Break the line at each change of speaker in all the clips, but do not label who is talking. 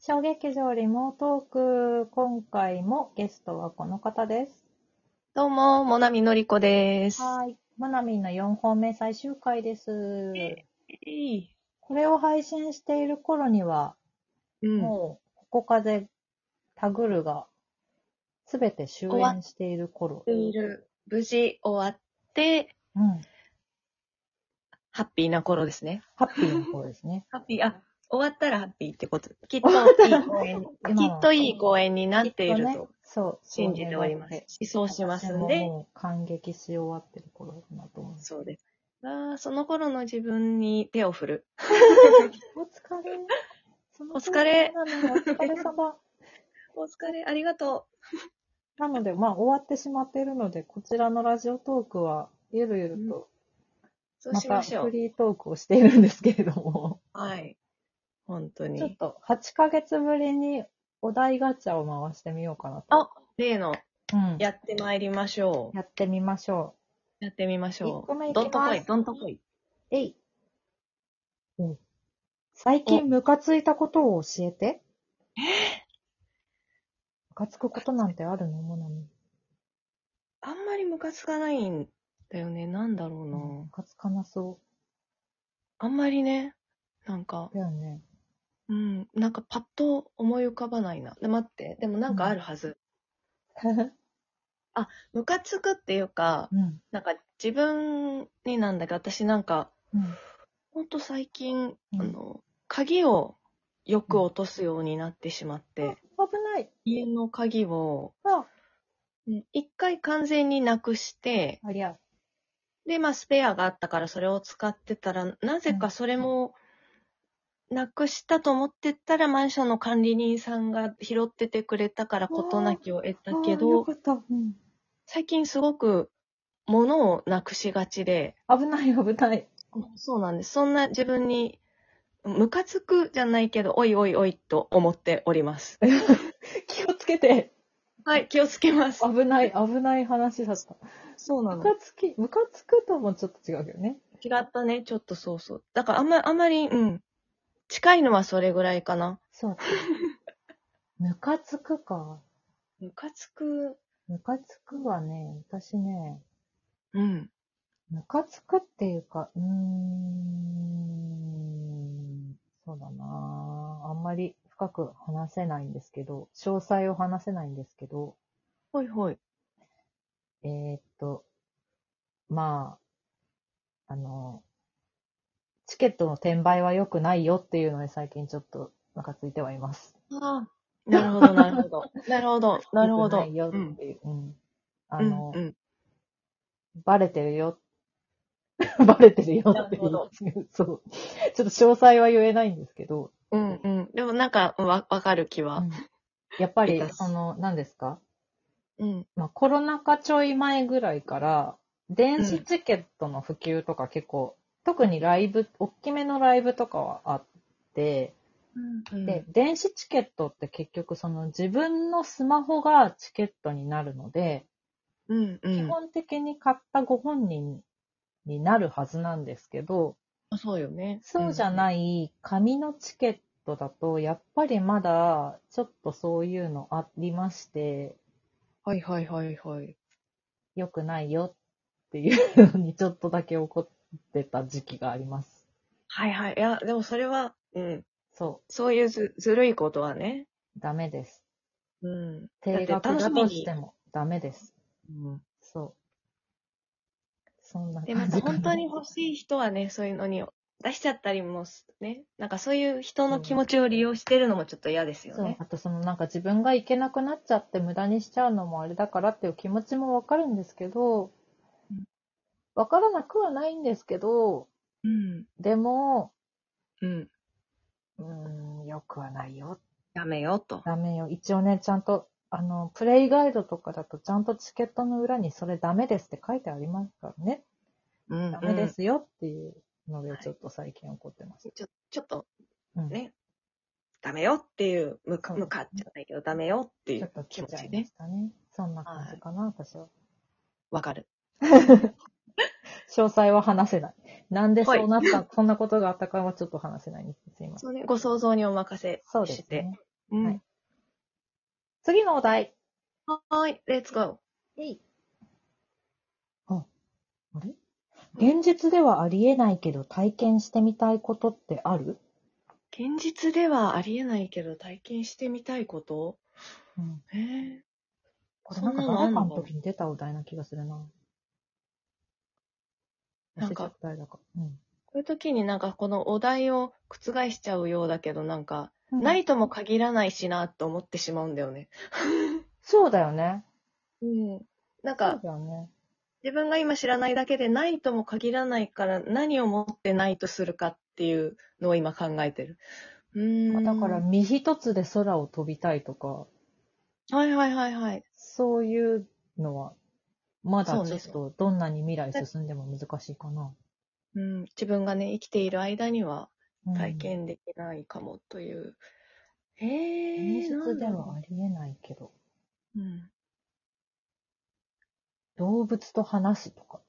小劇場リモートーク、今回もゲストはこの方です。
どうも、モナミのりこです。
はい。まなみんの4本目最終回です。
い。
これを配信している頃には、
うん。
もう、ここ風、タグルが、すべて終演している頃。
いる。無事終わって、
うん。
ハッピーな頃ですね。
ハッピーの頃です ね。
ハッピー、あ、終わったらハッピーってこと。きっといい公演に、
今
き
は
っといい公演になっている
きっね
と
そう。
信じております
そう
し、そうし
願
ま
って
すんで
私も。もう感激し終わってる頃だなと思います。
そうです。あーその頃の自分に手を振る。
お疲れ。その
お疲れ
なのにお疲れ様。
お疲れ、ありがと
なので、まあ、終わってしまっているので、こちらのラジオトークは、ゆるゆると、
う。そう
ま
しま
た
しょ
フ
う。
リートークをしているんですけれども、
はい。本当
ちょっ
に。
と8ヶ月ぶりにお題ガチャを回してみようかなと。
あ例の、
うん。や
やってまいりましょう。
ってみましょ
やってみましょ。
一個目いうきます
どんとこい、どんとこい。
う。えい。うん最近ムカついたことを教えて。ムカつくことなんてあるのもなみ。
あんまりムカつかないんだよね。なんだろうな。
ムカつかなそ
あんまりね、なんか
う。、だよね。
うん、なんかパッと思い浮かばないな。で、待って、でもなんかあるはず。ムカつくっていうか、
うん。
なんか自分になんだけど、私なんか、
うん。
ほんと最近、
うん
あの、鍵をよく落とすようになってしまって、
危ない。
家の鍵を、
あ、
うん一回完全になくして、
ありゃ。
で、まあ、スペアがあったからそれを使ってたら、なぜかそれも、なくしたと思ってたら、マンションの管理人さんが拾っててくれたから、事なきを得たけ
あーよ
ど
か、った。うん。
最近すごく、物をなくしがちで、
危ない危ない。
そうなんです。そんな自分に、ムカつくじゃないけど、おいおいおいと思っております。
気をつけて。
はい、気をつけます。
危ない危ない話だった。
そうな
ムカつき、ムカつくともちょっと違うけどね。
違ったね、ちょっとそうそう。だからあんま、あんまり、うん。近いのはそれぐらいかな。
そう。ムカつくか。
ムカつく、
ムカつくはね、私ね、
うん。
ムカつくっていうか、うーん、そうだなあんまり深く話せないんですけど、詳細を話せないんですけど、
ほい ほい。
えー、っと、まあ、あの、チケットの転売は良くないよっていうのに最近ちょっとムカついてはいます。
ああ。なるほど、なるほど。なるほど、なるほど。
良くないよっ
うん。
ていう。うん。あ
うん
の、
うん。
バレてるよ。 バレてるよっていう
なるほ。
そう。ちょっと詳細は言えないんですけど、
うん。うん。でもなんか、わ、わかる気は。
やっぱり
いいで、す
その、何ですか
うん。
まあ、コロナ禍ちょい前ぐらいから、電子チケットの普及とか結構、特にライブ、大きめのライブとかはあって、
うん
で、、電子チケットって結局その自分のスマホがチケットになるので、
うん。う
基
ん。
本的に買ったご本人になるはずなんですけど、
そうよね。
そうじゃ
い。
ない紙のチケットだと、やっぱりまだちょっとそういうのありまして、
はいはいはいはい。
良くないよっていうのにちょっとだけ怒ってた時期があります。
はいはい。いや、でもそれは、うん。
そ
そういうず、ずるいことはね。
う、ダメです。
うん。
定
だって
額
楽
だ
しみ
として
に。
もダメです。
うん。
そう。そんな
で、ま
感
た
じかな
本当に欲しい人はね、そういうのに出しちゃったりもす、ね。なんかそういう人の気持ちを利用してるのもちょっと嫌ですよ
そう
ね。
あとそのなんか自分が行けなくなっちゃって無駄にしちゃうのもあれだからっていう気持ちもわかるんですけど
うん、
わからなくはないんですけど、
うん。
でも、
うん。
うーん、よくはないよ。
ダメよ、と。
ダメよ。一応ね、ちゃんと、あの、プレイガイドとかだと、ちゃんとチケットの裏にそれダメですって書いてありますからね。
うん
ダメで。すよっていうので、ちょっと最近怒ってます。
ちょちょっと
うん。
ねダメよっていう、むか、
そうですね
むかじゃないけど、ダメよってい
ちょっ
う
と
気
聞
持
いちゃい
ち
ま
ね
し。たね。そんな感じかな、私は。
わかる。
詳細は話せない。なんでそうなった、そんなことがあったかはちょっと話せないんです。すいません。
そうね、ご想像にお任せ
そうで
し
す
て。
ね。
うん。
はい次のお題。
はーい、レッツゴー。
えい。あ、あれ現実ではありえないけど体験してみたいことってある
現実ではありえないけど体験してみたいこと
うん。
えー、
これなんか
そんなのあ
誰
ん
か
の
の時に出たお題な気がするな。忘
なん
れち
か
ゃった誰だか。う
こういう時になんかこのお題を覆しちゃうようだけどなんか、
ん。
ないとも限らないしなと思ってしまうんだよね。
そうだよね。
うん。
そ
なん
う
か
だよね。
自分が今知らないだけでないとも限らないから何を持ってないとするかっていうのを今考えてる。うーん。
だから、身一つで空を飛びたいとか、
はいはいはいはい。
そういうのは、まだ
そう
ちょ
ね
っとどんなに未来進んでも難しいかな。
うん。自分がね、生きている間には
うん
体験できないかもという。え
現
えー、な
実
ん
では
だろ
ありえないけど、
う。うん。
動物と話すとか。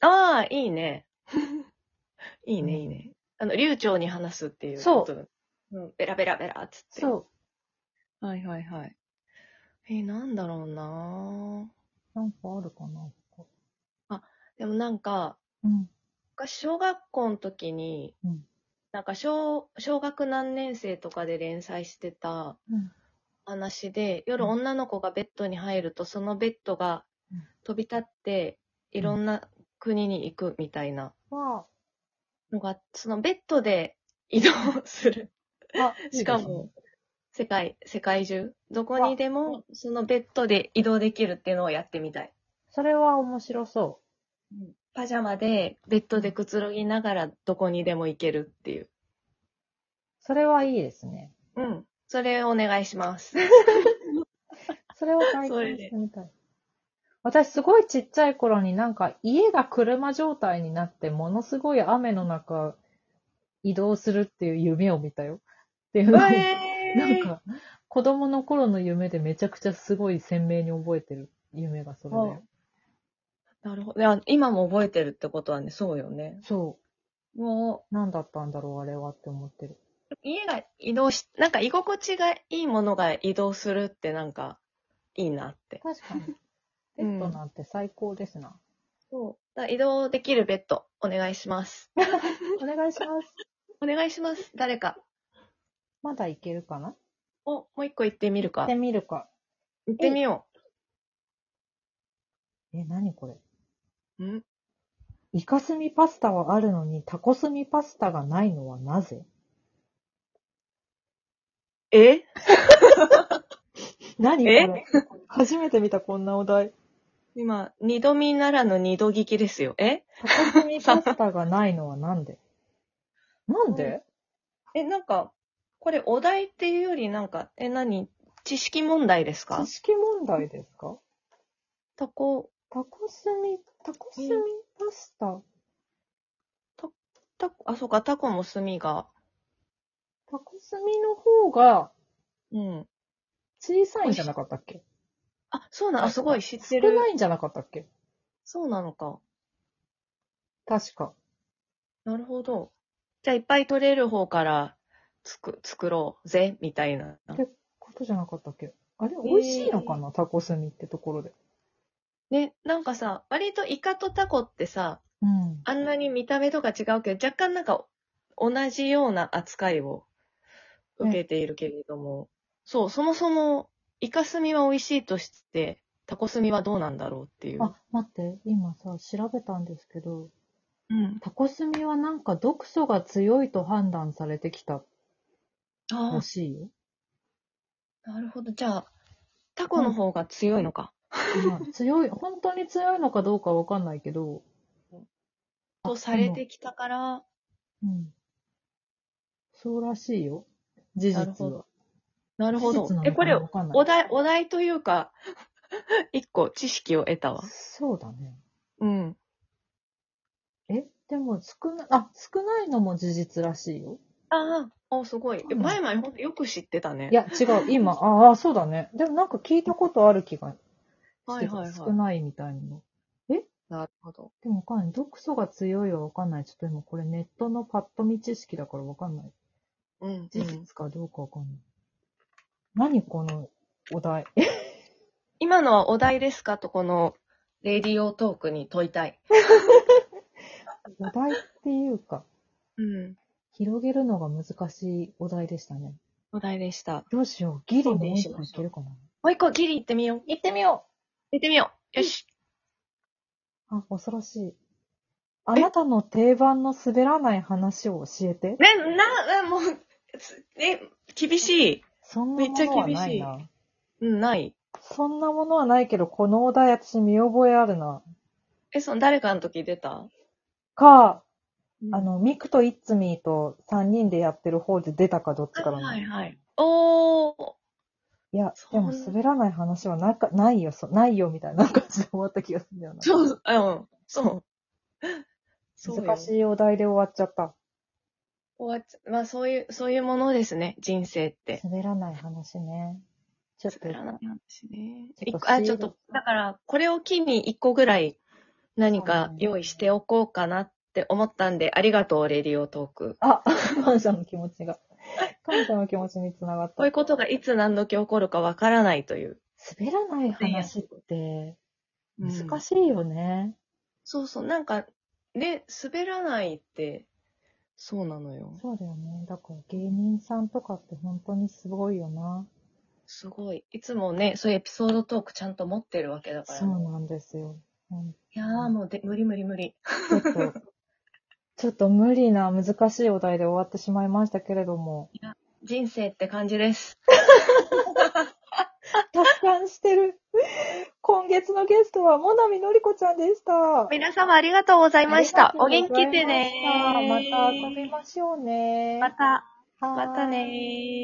ああ、いいね。 いいね、
うん
いいね。あの、流暢に話すっていう
そう
ことだ。うん、ベラベラベラっつって。。
そう
はいはいはい。えーなんだろうな
う。なんかあるかな。
ぁでもなんか、
うん。
昔小学校の時に、
うん
なんか小、小学何年生とかで連載してた
うん。
話で、夜
うん
女の子がベッドに入ると、そのベッドが
うん
飛び立って、いろんな国に行くみたいな
は、
のが、そのベッドで移動する。
あ、 いいですね
しかも、世界、世界中、どこにでも、そのベッドで移動できるっていうのをやってみたい。
それは面白そ
パジャマで、ベッドでくつろぎながら、どこにでも行けるっていう。
う。それはいいですね。
うん。それお願いします。
それは体
そ
験
れで
してみたい。私すごいちっちゃい頃になんか家が車状態になってものすごい雨の中移動するっていう夢を見たよ。っていうのを、なんか子供の頃の夢でめちゃくちゃすごい鮮明に覚えてる夢がそれだよ。
なるほどいや。今も覚えてるってことはね、そうよね。
そ
も
う。なんだったんだろうあれはって思ってる。
う、家が移動し、なんか居心地がいいものが移動するってなんか、いいなって。
確かに。 ペ
うん
ットなんて最高ですな。
そう。だから移動できるベッド、お願いします。
お願いします。
お願いします。誰か。
まだいけるかな
お、もう一個行ってみる
行
か
って。みるか。
行ってみよ
え、何これ
う。ん
イカスミパスタはあるのにタコスミパスタがないのはなぜ
え
何こ
え
れ 初めて見たこんなお題。
今、二度見ならぬ二度聞きですよ。え
タコスミパスタがないのはなんで なんで、
え、なんか、これお題っていうよりなんか、え、何知識問題ですか
知識問題ですか
タコ、
タコスミ、タコスミパスタ
タコ、あ、そうか、タコも炭が。
タコスミの方が
うん。
小さいんじゃなかったっけ
あ、そうなの、あ、すごい知って
少
る。
ないんじゃなかったっけ
そうなのか。
確か。
なるほど。じゃあ、いっぱい取れる方から、つく、作ろうぜ、みたいな。
ことじゃなかったっけあれ、美味しいのかな、タコスミってところで。
ね、なんかさ、割とイカとタコってさ、
うん。
あんなに見た目とか違うけど、若干なんか同じような扱いを受けているけれども、そう、そもそもイカスミは美味しいとして、タコスミはどうなんだろうっていう。
あ、待って、今さ、調べたんですけど、
うん。
タコスミはなんか毒素が強いと判断されてきた
あ
らしいよ。
あ、なるほど。じゃあ、タコの方が強いのか。
まあ強い、 本当に強いのかどうかわかんないけど。
とされてきたから、
うん。そうらしいよ。事
な
実
るほ
は
ど。なるほど
事実な。の
え、こ
か
れ
な、わかんない
お題、お題というか、 一個知識を得たわ。
そうだね。
うん。
え、でも少ない、あ、少ないのも事実らしいよ。
ああ、お、すごい。え前々ほんとよく知ってたね。
いや、違う、今、ああ、そうだね。でもなんか聞いたことある気がしてた。
はいはいはい
少ないみたいの。
なるほど。
でもわかんない。毒素が強いはわかんない。ちょっと今これネットのパッと見知識だからわかんない。
うん、う
事
ん。
実かどうかわかんない。何このお題。
今のはお題ですかとこの、レディオトークに問いたい。
お題っていうか、
うん。
広げるのが難しいお題でしたね。
お題でした。
どうしよう。ギリもう一
そう
個
ね
いけるかな。
もう一個ギリ行ってみよう。
行ってみよ
行ってみよう。よし。
うあ、恐ろしい。あなたの定番の滑らない話を教えて。
ね、な、なもう、つえ、厳しい。
そんなものはない
め
な。
うん、ない。
そんなものはないけど、このお題私見覚えあるな。
え、その誰かの時出た
か、あ、の、ミクとイッツミーと3人でやってる方で出たかどっちかだな。
はい
い
はい。おー。
や、
そ
で
んな
も滑らない話はなかないよ、そないよみたいな感じで終わった気がするんだよな。
そう、うん、そう。そうよ
難しいお題で終わっちゃった。
終わっちゃまあそういう、そういうものですね、人生って。
滑らない話ね。ちょっと
滑らない話ね。
ちょっと
一個あ、ちょっと、だから、これを機に一個ぐらい何か用意しておこうかなって思ったんで、ありがとう、レディオトーク。
あ、感謝の気持ち が。感謝の気持ちにつながっ
こ
た
うい。うことがいつ何時起こるかわからないという。
滑らない話って難
い。
しいよね。
そうそう、なんか、ね、滑らないって、そうなのよ。
そうだよね。だから芸人さんとかって本当にすごいよな。
すごい。いつもね、そういうエピソードトークちゃんと持ってるわけだから
そう
ね、
なんですよ。うん
いやーもうで、無理無理無理。
ちょっと、ちょっと無理な難しいお題で終わってしまいましたけれども。
人生って感じです。
達観してる。今月のゲストは、もなみのりこちゃんでした。
皆様ありがとうございました。お
あり
元
がとうござい
気
ました
でね
また遊びましょうね。
また、
はーい
またねー。